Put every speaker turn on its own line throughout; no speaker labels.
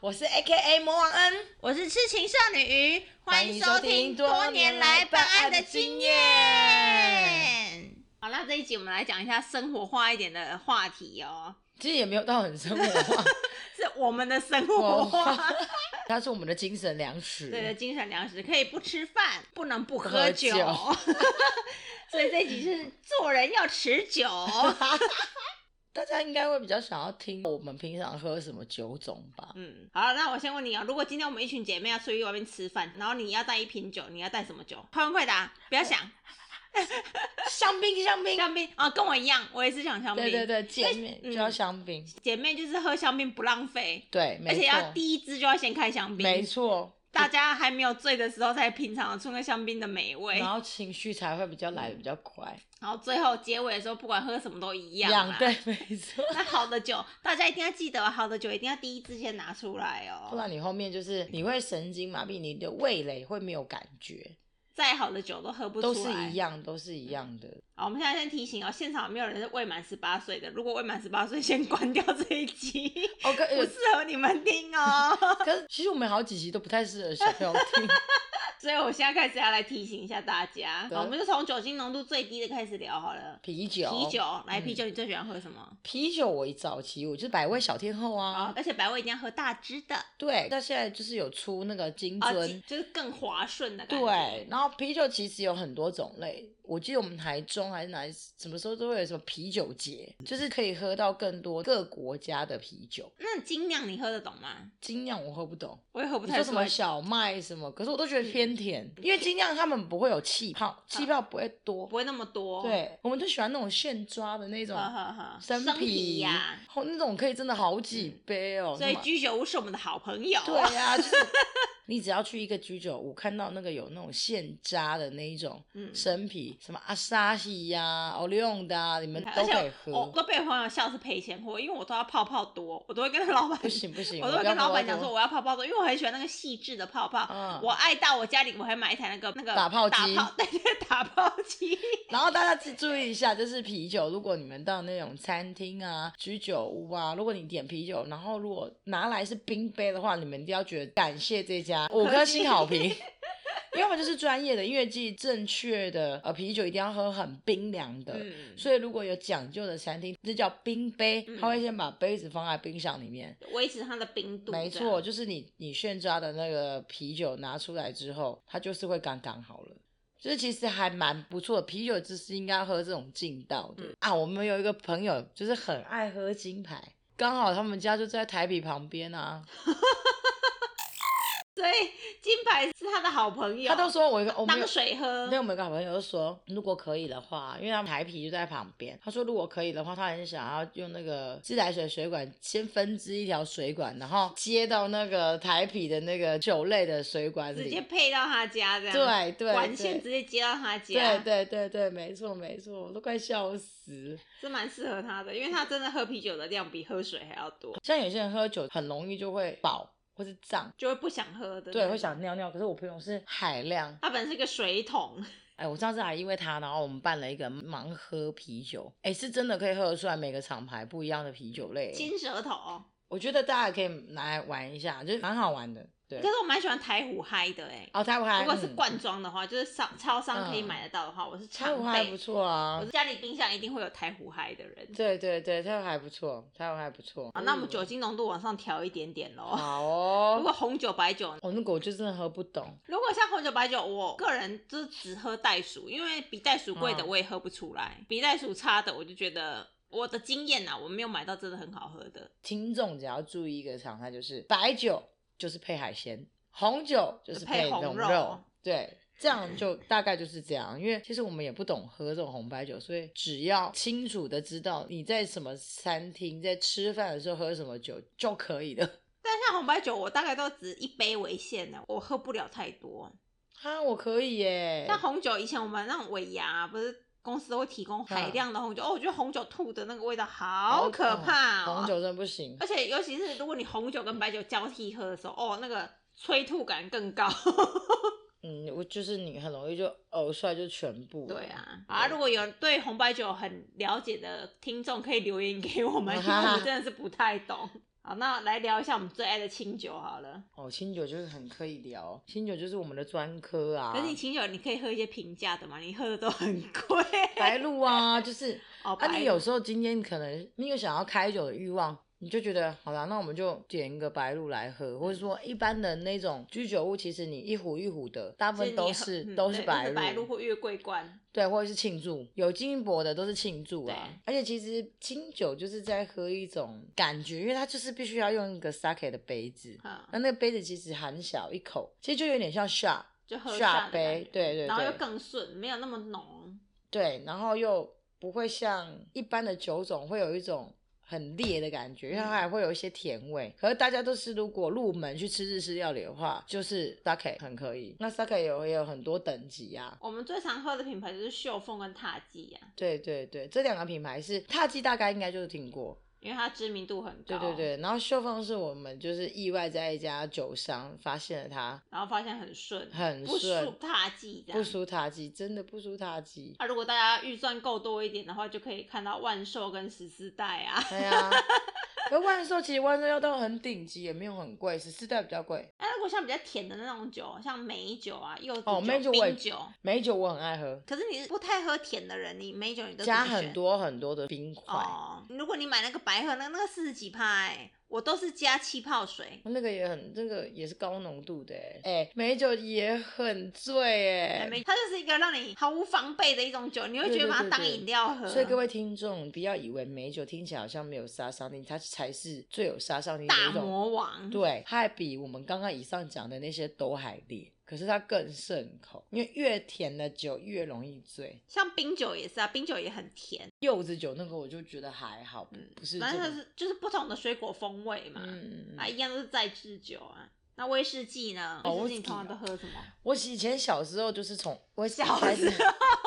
我是 A K A 魔王恩，
我是痴情少女鱼，欢迎收听
多
多
年
年
来
来
办
办
案
案
的
的
经
经
验
验。好，那这一集我们来讲一下生活化一点的话题哦，
其实也没有到很生活 化，
是我们的生活化，
它是我们的精神粮 食。
对的，精神粮食可以不吃饭，不能不
喝
喝
酒
酒， 所以这一集是做人要持 久。
大家应该会比较想要听我们平常喝什么酒种吧？
嗯，好，那我先问你哦，如果今天我们一群姐妹要出去外面吃饭，然后你要带一瓶酒，你要带什么酒？快问快答，不要想
香槟，香槟，
香槟啊、跟我一样，我也是想香槟。
对对对，见面就
嗯
要香槟，
姐妹就是喝香槟不浪费，
对，
而
没
且要
错，
第一支就要先开香槟，
没错，
大家还没有醉的时候才品尝出那香槟的美味
然，后情绪才会比较来的比较快。
然后最后结尾的时候，不管喝什么都一样
两
嗯啊。
对，没错。
那好的酒，大家一定要记得，好的酒一定要第一支先拿出来
不
哦。
然你后面就是你会神经麻痹，你的味蕾会没有感觉，
再好的酒都喝不出
都
来。嗯
是一样，都是一样的。
好，我们现在先提醒哦，现场有没有人是未满十八岁的？如果未满十八岁，先关掉这一集，
OK，
不适合你们听哦。
哦呃 可是其实我们好几集都不太适合小朋友听。
所以我现在开始要来提醒一下大家，
对
好我们就从酒精浓度最低的开始聊好了。
啤酒，
啤，酒，来，
嗯
啤酒你最喜欢喝什么？
啤酒，我一早期我就是百味小天后啊
啊，，而且百味一定要喝大支的，
对，那现在就是有出那个金
啊，
樽。
就就是更滑顺的感觉。
对，，然后啤酒其实有很多种类，我记得我们台中还是哪里，什么时候都会有什么啤酒节，就是可以喝到更多各国家的啤酒。
那精酿你喝得懂吗？
精酿我喝不懂，
我也喝不
你
太嗯
说什
出来
么小麦什么，可是我都觉得偏甜，因为精酿他们不会有气
啊
泡，气泡不会多
不。会那么多。，
对，我们就喜欢那种现抓的那种
呵呵呵，
生
啊啤呀、嗯
哦，那种可以真的好几杯哦。
所以
妈
居酒屋是我们的好朋 友。
对啊，就是 你只要去一个居酒屋，看到那个有那种现榨的那一种
嗯
生啤，什么阿萨西呀、奥利翁的、啊，你们都可以喝。
我 都被朋友笑是赔钱货，因为我都要泡泡多，我都会跟老板
不，行不行，
我都会
不要
跟老板
喝
讲
多
说我要泡泡多，因为我很喜欢那个细致的泡泡。
嗯
我爱到我家里我还买一台那个那个
打泡机
打泡 对对打泡机。
然后大家注注意一下，就是啤酒，如果你们到那种餐厅啊、居酒屋啊，如果你点啤酒，然后如果拿来是冰杯的话，你们一定要觉得感谢 这家五颗星好评。 因为我们就是专业的，因为记正确的呃啤酒一定要喝很冰凉的，
嗯，
所以如果有讲究的餐厅，这叫冰杯，
嗯
他会先把杯子放在冰箱里面。
维持它的冰度。
没
这样
错，就是你你现抓的那个啤酒拿出来之后，它就是会刚刚好了。就是其实还蛮不错的，啤酒就是应该喝这种劲道的、
嗯
啊。我们有一个朋友就是很爱喝金牌，刚好他们家就在台北旁边啊。
所以金牌是他的好朋友，
他都说我一个我们有
当水喝
那。我们有个好朋友就说，如果可以的话，因为他们台啤就在旁边，他说如果可以的话，他很想要用那个自来水水管先分支一条水管，然后接到那个台啤的那个酒类的水管
直接
里。
配到他家这样，
对对
管
对
线直接接到啊他
对
家，
对对对，没错没错，我都快笑死。
这蛮适合他的，因为他真的喝啤酒的量比喝水还要多，
像有些人喝酒很容易就会饱或是胀，
就会不想喝的。
对，会想尿尿。可是我朋友是海量，
他本身是个水桶，
哎，我上次还因为他，然后我们办了一个盲喝啤酒，哎，是真的可以喝得出来每个厂牌不一样的啤酒类。
金舌头。
我觉得大家可以拿来玩一下，就是蛮好玩的。对
可，是我蛮喜欢台虎嗨的哎、
哦，台虎嗨，
如果是
嗯
罐装的话，就是商超商可以
嗯
买得到的话，我是
台
常
虎嗨不
备。
错啊
我是。家里冰箱一定会有台虎嗨的人。
对对对，台虎还不错，台虎还不错。
好，那我们酒精浓度往上调一点点
嗯
喽。
好
如
哦。
果红酒、白酒，
哦，那个我就真的喝不懂，
如果像红酒、白酒，我个人就是只喝袋鼠，因为比袋鼠贵的
嗯
我也喝不出来，比袋鼠差的我就觉得我的经验啊呐，我没有买到真的很好喝的。
听众只要注意一个常态，就是白酒就是配海鲜，红酒就是配
配红
龙
肉
对。这样就大概就是这样，因为其实我们也不懂喝这种红白酒，所以只要清楚的知道你在什么餐厅，在吃饭的时候喝什么酒就可以了。
但像红白酒，我大概都只一杯为限的，我喝不了太多。
啊，我可以耶！
像红酒，以前我们那种尾牙不是公司都会提供海量的红酒、哦，我觉得红酒吐的那个味道好可怕、哦
红酒真的不行。
而且尤其是如果你红酒跟白酒交替喝的时候，哦，那个催吐感更高。
嗯，我就是你很容易就呕出来就全部。
对，啊，好啊，如果有对 红白酒很了解的听众，可以留言给我们，因为我们真的是不太懂。好，那来聊一下我们最爱的清酒好了。
哦，清酒就是很可以聊，清酒就是我们的专科啊
可。是你清酒你可以喝一些平价的嘛，你喝的都很贵。
白露啊，就是
哦，
啊，
白
你有时候今天可能你有想要开酒的欲望，你就觉得好啦，那我们就点一个白露来喝，或者说一般的那种居酒屋，其实你一壶一壶的，大部
所以
分
你
都
喝
是
嗯
都
对
是
白
白露，
露或月桂冠。
对，或者是庆祝，有金箔的都是庆祝啊
对。
而且其实清酒就是在喝一种感觉，因为它就是必须要用一个 sake 的杯子，
嗯，
那那个杯子其实很小一口，其实就有点像 shot，
就喝
下
下
杯对对
然后
对
又更顺，没有那么浓。
对，然后又不会像一般的酒种会有一种很烈的感觉，因为
嗯
它还会有一些甜味。可是大家都是如果入门去吃日式料理的话，就是 sake 很可以。那 sake 有也有很多等级啊。
我们最常喝的品牌就是秀凤跟塔啊基呀、
对对对，这两个品牌是踏记，大概应该就是听过。
因为它知名度很
对
高。
对。对，然后秀凤是我们就是意外在一家酒商发现了它，
然后发现很顺，
很
不输
顺
塔基的。
不输踏记，真的不输踏记。
啊，如果大家预算够多一点的话，就可以看到万寿跟十四代啊。
对呀、啊，可万寿其实万寿要到很顶级也没有很贵，十四代比较贵。
哎那、如果像比较甜的那种酒，像梅酒啊、柚子酒、
哦梅酒我也
冰酒，
美酒我很爱喝，
可是你是不太喝甜的人，你梅酒你都怎么
加
选
很多很多的冰块，
哦。如果你买那个白喝，那那个四十几趴、欸，我都是加气泡水。
那个也很，这个也是高浓度的欸，哎、美酒也很醉哎、
梅它就是一个让你毫无防备的一种酒，你会
对
觉得
对
把它
对
当
对
饮料喝。
所以各位听众，不要以为美酒听起来好像没有杀伤力，它才是最有杀伤力的
大
一种。
魔王，
对，它还比我们刚刚以上讲的那些都还烈，可是它更顺口，因为越甜的酒越容易醉。
像冰酒也是啊，冰酒也很甜，
柚子酒那个我就觉得还好，不
嗯
不是这
反正它
个。
是就是不同的水果风味嘛。
嗯嗯
啊，
嗯。
一样都是在制酒啊。那威士忌呢？
哦
威士忌你
威士忌
通常
哦
都喝什么？
我以前小时候就是从我
小
开始
时候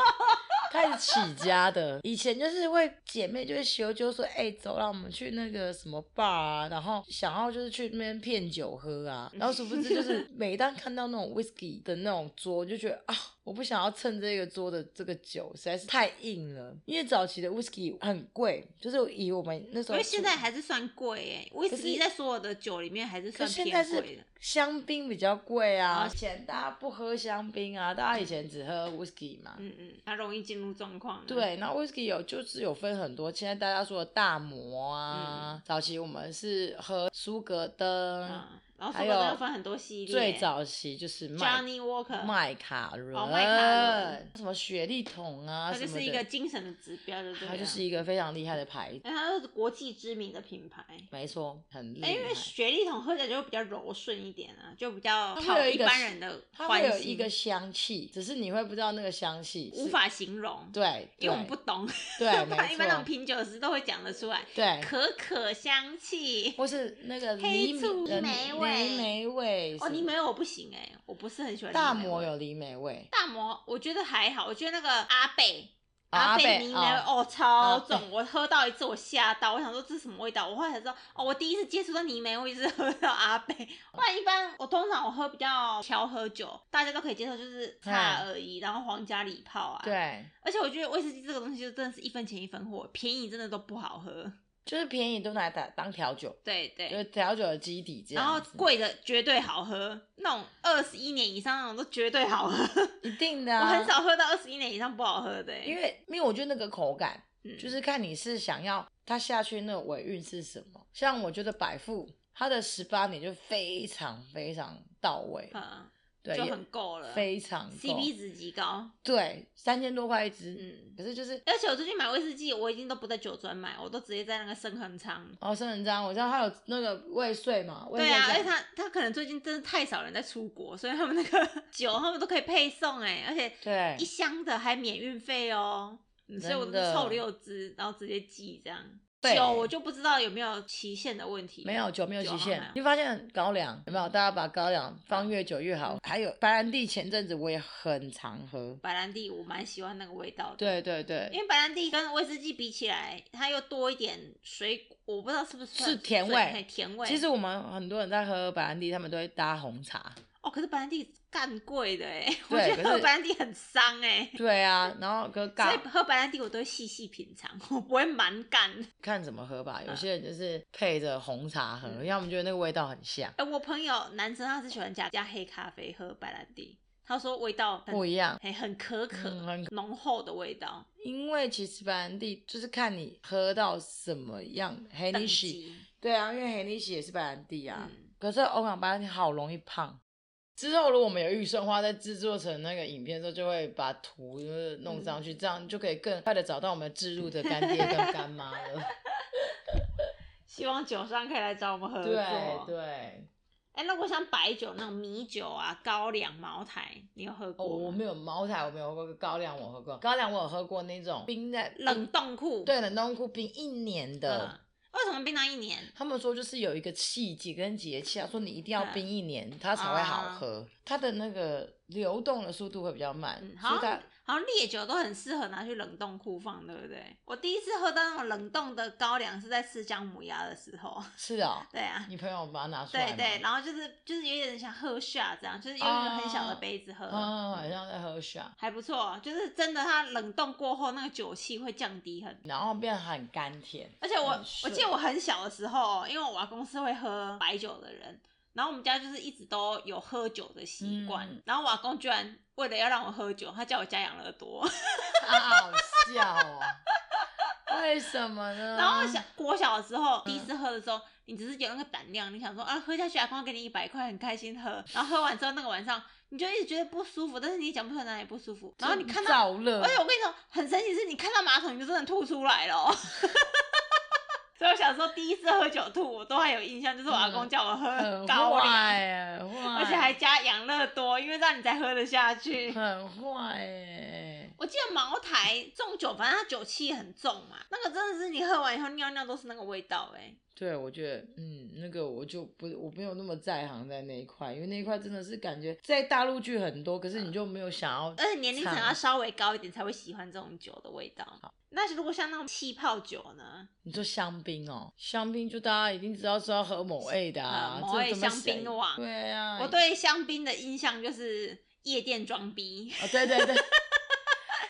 开始起家的。以前就是会姐妹就会修就说，哎、走啦，我们去那个什么 bar 啊，然后想要就是去那边骗酒喝啊，然后殊不知就是 每当看到那种 whisky 的那种桌，就觉得啊。我不想要蹭这个桌的这个酒实在是太硬了，因为早期的 whisky 很贵，就是以我们那时
因
候，
为现在还是算贵诶、威士忌
是
在所有的酒里面还是
可
算
是现在
偏
是
贵的。
香槟比较贵啊，
哦
以前大家不喝香槟啊，大家以前只喝 whisky 嘛。
嗯嗯，它容易进入状况。，啊
对，那 whisky 有就是有分很多，现在大家说的大摩啊，早期我们是喝苏格登，
嗯，然后苏
还
格
有
登分很多系列，
最早啊期就是麦
Johnny Walker，
麦卡伦，
哦麦卡伦
什么雪莉桶啊
它
什
就
么的，
是一个精神的指标，就对啊
它
了
就是，一个非常厉害的牌子，
因为它都是国际知名的品牌。
没错，很厉
那
害。
哎因为雪莉桶喝起来就会比较柔顺一点啊，就比较
它会
讨
有一
一
个
般人的
它会
欢
有
心，
一个香气，只是你会不知道那个香气是，
无法形容，
对，
因为我们
对
不懂。
对，
就
没
把一般那种
错，
品酒师都会讲得出来，
对，
可可香气。
或是那个
黑
梨
醋
呃
梅
梨
味
梅味
哦，
什
泥
么
煤我不行哎、我不是很喜欢。
大摩。有梨梅味，
大摩我觉得还好，我觉得那个阿贝。
哦阿贝
贝泥煤哦
阿
超
贝
重，我喝到一次我吓到，我想说这是什么味道，我后来才知道哦，我第一次接触到泥煤，我一直喝到阿 贝。不然一般我通常我喝比较调和酒，大家都可以接受，就是差而已，然后皇家礼炮啊。。
对，
而且我觉得威士忌这个东西就真的是一分钱一分货，便宜真的都不好喝。
就是便宜都拿来打当调酒，
对对。
就是调酒的基底这
然后
样子。
贵的绝对好喝，那种二十一年以上那种都绝对好喝。
一定的、啊，
我很，少喝到二十一年以上不好喝的欸、
因为因为我觉得那个口感，
嗯
就是看你是想要它下去那个尾韵是什么。像我觉得百富它的十八年就非常非常到位，
嗯，
对，
就
也
很够了
非常够
，CP 值极高。
对，三千多块一支，
嗯，
可是就是
而且我最近买威士忌，我已经都不在酒庄买，我都直接在那个生恒昌。
哦，生人章，我知道它有那个未税嘛，未
对
税
啊，而
章
且他他可能最近真的太少人在出国，所以他们那个 酒他们都可以配送哎、而且
对
一箱的还免运费哦、嗯所以我都
真
是
的
凑六支，然后直接寄这样。
对
酒我就不知道有没有期限的问题，
没有酒没有
酒
极
好
限
买哦，
你发现高粱有没有？大家把高粱放越久越
嗯
好。还有白兰地，前阵子我也很常喝。
白兰地我蛮喜欢那个味道的。
对，对对，
因为白兰地跟威士忌比起来，它又多一点水果，我不知道是不是算
是甜
水
味
嘿甜味。
其实我们很多人在喝白兰地，他们都会搭红茶，
哦，可是白兰地干贵的哎，我
对
觉
可
得喝
是
白兰地很伤哎，
对啊，然后跟
所以
尬
喝白兰地我都会细细品尝，我不会蛮干。
看怎么喝吧。
嗯
有些人就是配着红茶喝，要么觉得那个味道很像，
哎、我朋友男生他是喜欢加加黑咖啡喝白兰地，他说味道很
不一样。
哎、很可可
嗯很，
浓、厚的味道，
因为其实白兰地就是看你喝到什么样黑
等
尼喜，
级。
对啊，因为黑尼喜也是白兰地啊。
嗯，
可是欧港白兰地好容易胖。之后如果我们有预算的话，在制作成那个影片的时候，就会把图就是弄上去，这样就可以更快的找到我们置入的干爹跟干妈 了。
希望酒商可以来找我们合作。
对对，
哎、那我想白酒那种米酒啊、高粱、茅台，你有喝
哦，
过
我
吗？
没有茅台，我没有喝过高粱，我喝过高粱，我有喝过那种冰在
冷冻库。
对冷冻库冰一年的。
嗯。为什么冰到一年？
他们说就是有一个气节跟节气啊，说你一定要冰一年，它才会好喝。它的那个流动的速度会比较慢，
嗯，
所
好
以它
像好像烈酒都很适合拿去冷冻库放，对不对？我第一次喝到那种冷冻的高粱是在吃姜母鸭的时候，
是哦。
对啊，
你朋友把它拿出
对
来吗
对，，然后就是就是有点想喝下这样，就是用一个很小的杯子喝，
啊，好像在喝水，
还不错，啊就是真的它冷冻过后那个酒气会降低很。
然后变得很甘甜。
而且我
很
我
顺
记得我很小的时候，哦因为我阿公是会喝白酒的人，然后我们家就是一直都有喝酒的习惯，
嗯
然后我阿公居然为了要让我喝酒，他叫我加养乐多。
好笑哦，为什么 呢？
然后小国小的时候，第一次喝的时候，你只是有那个胆量，你想说啊，喝下去阿公给你一百块，很开心喝。然后喝完之后，那个晚上你就一直觉得不舒服，但是你也讲不出来哪里不舒服。然后你看到，哎
燥热
而，且我跟你说，很神奇是，你看到马桶你就真的吐出来了哦。 所以我小时候第一次喝酒吐，我都还有印象，就是我阿公叫我喝
很
高粱，
坏耶，很坏
而且还加养乐多，因为让你才喝得下去。
很坏欸耶。
我记得茅台重酒，反正它酒气很重嘛，那个真的是你喝完以后尿尿都是那个味道哎、
对，我觉得，嗯，那个我就不，我没有那么在行在那一块，因为那一块真的是感觉在大陆剧很多，可是你就没有想要，
而且年龄层
尝
要稍微高一点才会喜欢这种酒的味道。那如果像那种气泡酒呢？
你做香槟哦，香槟就大家一定知道是要喝某 A 的
啊，
啊这
某 A
怎么
香槟
谁
王
对啊，
我对香槟的印象就是夜店装逼，因
哦，对对 对，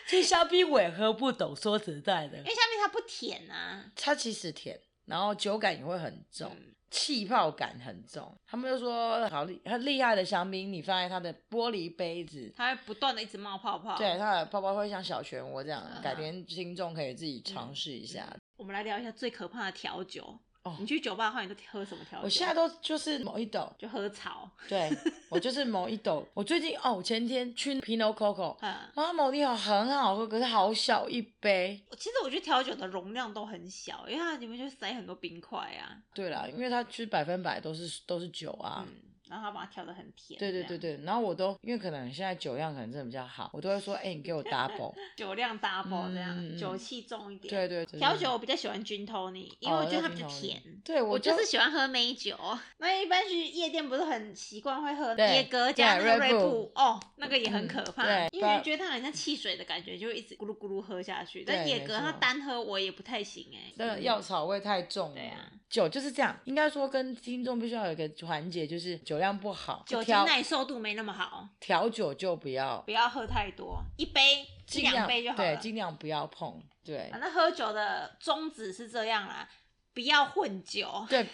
其实香槟我也喝不懂，说实在的，
为香槟它不甜啊。
它其实甜，然后酒感也会很重，
嗯
气泡感很重。他们就说好厉很厉害的香槟，你放在它的玻璃杯子，
它会不断的一直冒泡泡。
对，，它的泡泡会像小漩涡这样，
啊
改天听众可以自己尝试一下。
我们来聊一下最可怕的调酒。
哦
你去酒吧的话，你都喝什么调酒？
我现在都就是某一斗，
就喝草。
对我就是某一斗。我最近哦，我前天去 Pinot Coco，
嗯，
哇，某一斗很好喝，可是好小一杯。
其实我觉得调酒的容量都很小，因为它里面就塞很多冰块啊。
对啦，因为它就是百分百都是都是酒啊。
嗯，然后它把它调的很甜。
对对对
这样，
对，然后我都因为可能现在酒量可能真的比较好，我都会说，哎、你给我 double。
酒量 double 这样，
嗯嗯嗯
酒气重一 点。
对对，哦
调
就是哦
酒我比较喜欢 gin tonic，因为我觉得它比较甜。
对
我
就
就是喜欢喝美酒，那一般去夜店不是很习惯会喝
对
椰哥加那
对
个
瑞
瑞
布
布哦，那个也很可怕，
嗯对
因为
不
觉得它很像汽水的感觉，就会一直咕噜咕噜喝下去。
对
但椰
没
哥
错
它单喝我也不太行哎、
那个药草味太重了。
对啊
酒就是这样，应该说跟听众必须要有一个环节，就是酒量不好，
酒精
调
耐受度没那么好，
调酒就不要，
不要喝太多，一杯一
尽量
两杯就好
对，
了。啊
尽量不要碰，对
反正喝酒的宗旨是这样啦，不要混酒。
对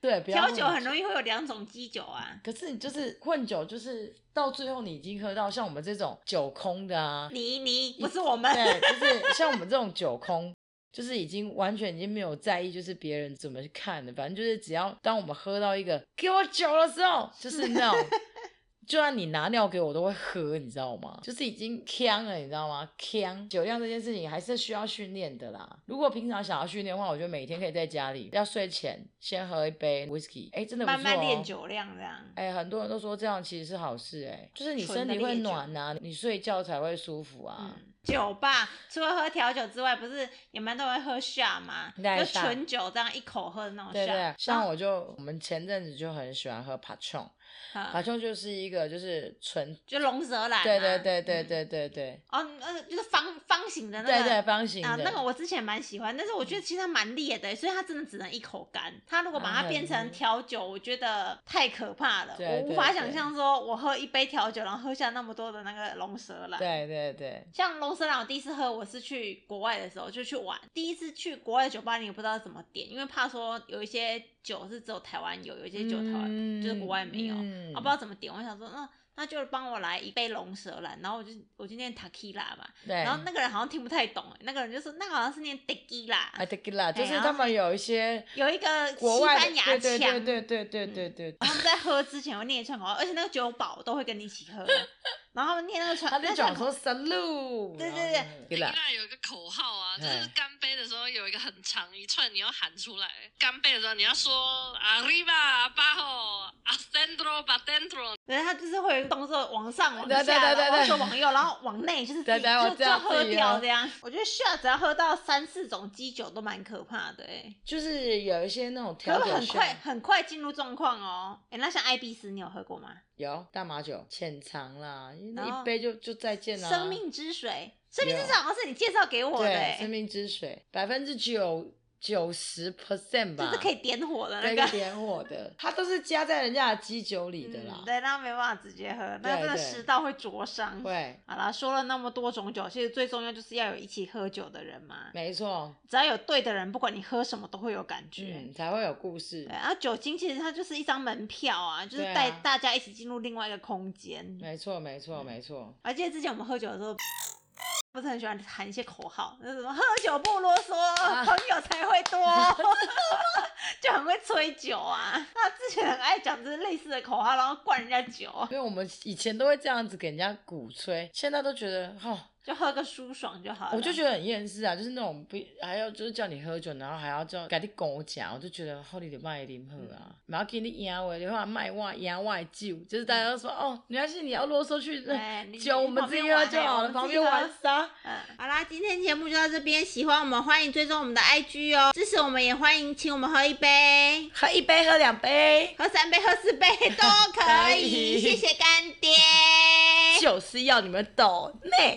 对，不要
调
碰
酒很容易会有两种基酒啊，
可是你就是混酒，就是到最后你已经喝到像我们这种酒空的啊，
你你不是 我们，
对，就是像我们这种酒空，就是已经完全已经没有在意，就是别人怎么去看的。反正就是只要当我们喝到一个给我酒的时候，就是 那种，就算你拿尿给我，我都会喝，你知道吗？就是已经呛了，你知道吗？呛酒量这件事情还是需要训练的啦。如果平常想要训练的话，我觉得每天可以在家里要睡前先喝一杯 whisky，哎、真的不错、
慢
哦、
慢练酒量这样。
哎、很多人都说这样其实是好事、哎，就是你
纯
身
的
体会
烈酒
暖啊，你睡觉才会舒服啊。
嗯酒吧除了喝调酒之外，不是你们都会喝下吗？
对
就
下
纯酒这样一口喝的那种
对
下。
对，
然
像
后
我就我们前阵子就很喜欢喝 p a c h o n
啊
p a c h o n 就是一个就是纯，
就龙舌兰、啊。
对对对对
嗯。
对对对
哦，呃，就是方方形的那个。
对对方形
啊，
的嗯
那个我之前蛮喜欢，但是我觉得其实它蛮烈的，欸所以它真的只能一口干。它如果把
啊
它
很
变成
烈
调酒，我觉得太可怕了，
对
我无
对
法
对
想象说我喝一杯调酒，然后喝下那么多的那个龙舌兰。
对对对，
像龙舌兰，我第一次喝，我是去国外的时候就去玩。第一次去国外的酒吧，你也不知道怎么点，因为怕说有一些酒是只有台湾有，有一些酒台湾、就是国外没有，我、
嗯
不知道怎么点。我想说，那那就帮我来一杯龙舌兰，然后我就我就念 tequila 嘛，
对，
然后那个人好像听不太懂，欸那个人就说那个好像是念 tequila，、
啊 t e q i l a
对
就是
哎然后
他们有一些
有一个
国
西
外
班
的，
牙
对
腔，嗯
对对对对对对对，
他们在喝之前会念一串口号，而且那个酒保都会跟你一起喝，然后他们念那个串，
他就
那串
讲
口
说 salute，
对对对
t e q i l a
那有一个口号啊，就是
嗯
干杯的时候有一个很长一串，你要喊出来。干杯的时候你要说啊 arriba abajo ascendro b a d e n t r o
对，他就是会有一个动作往上、往下，
对对对对
然后往左、
对
往右，然后往内，就是自
对
己
对我
就
知
就
道
喝
自己
掉
喝
这样。我觉得 shot 只要喝到三四种基酒都蛮可怕的、欸，
就是有一些那种
可
调
是
酒
很
秀
快很快进入状况哦。哎、那像艾比斯，你有喝过吗？
有大麻酒浅尝啦，
然
那
后
一杯就就再见啦，
生命之水，生命之
有
水好像是你介绍给我的、
对
欸，
生命之水百分之九九十 percent 吧，
就是可以点火的那
对
个
可以。点火的，它都是加在人家的基酒里的啦
嗯，，对，那没办法直接喝，那
对
真的
对
食道会灼伤。
对，
好啦，说了那么多种酒，其实最重要就是要有一起喝酒的人嘛。
没错，
只要有对的人，不管你喝什么都会有感觉。
嗯，才会有故事
对，啊，酒精其实它就是一张门票啊，就是
对啊
带大家一起进入另外一个空间。
没错，没错，没错。
而且之前我们喝酒的时候，不是很喜欢喊一些口号，就是什么喝酒不啰嗦，
啊
朋友才会 多，就很会吹酒啊。那之前很爱讲就是类似的口号，然后灌人家酒，
因为我们以前都会这样子给人家鼓吹，现在都觉得哦，
就喝个舒爽就好了。
我就觉得很厌世啊，就是那种不还要就是叫你喝酒，然后还要叫赶紧跟我讲，我就觉得好你得卖啉喝
嗯
啊，然后给你赢我的话卖外赢外酒，就是大家都说、哦，没关系，你要啰嗦去
嗯哎 你
酒，我
你
们
旁
自己
边
喝
玩
就
哎
好了，
我们
旁
自己
边
喝
玩啥？
嗯，好啦，今天节目就到这边，喜欢我们欢迎追踪我们的 IG 哦，支持我们也欢迎请我们喝一杯。
喝一杯，喝两杯，
喝三杯、喝四杯都可
可
以。
以
谢谢干爹。
就是要你们懂内。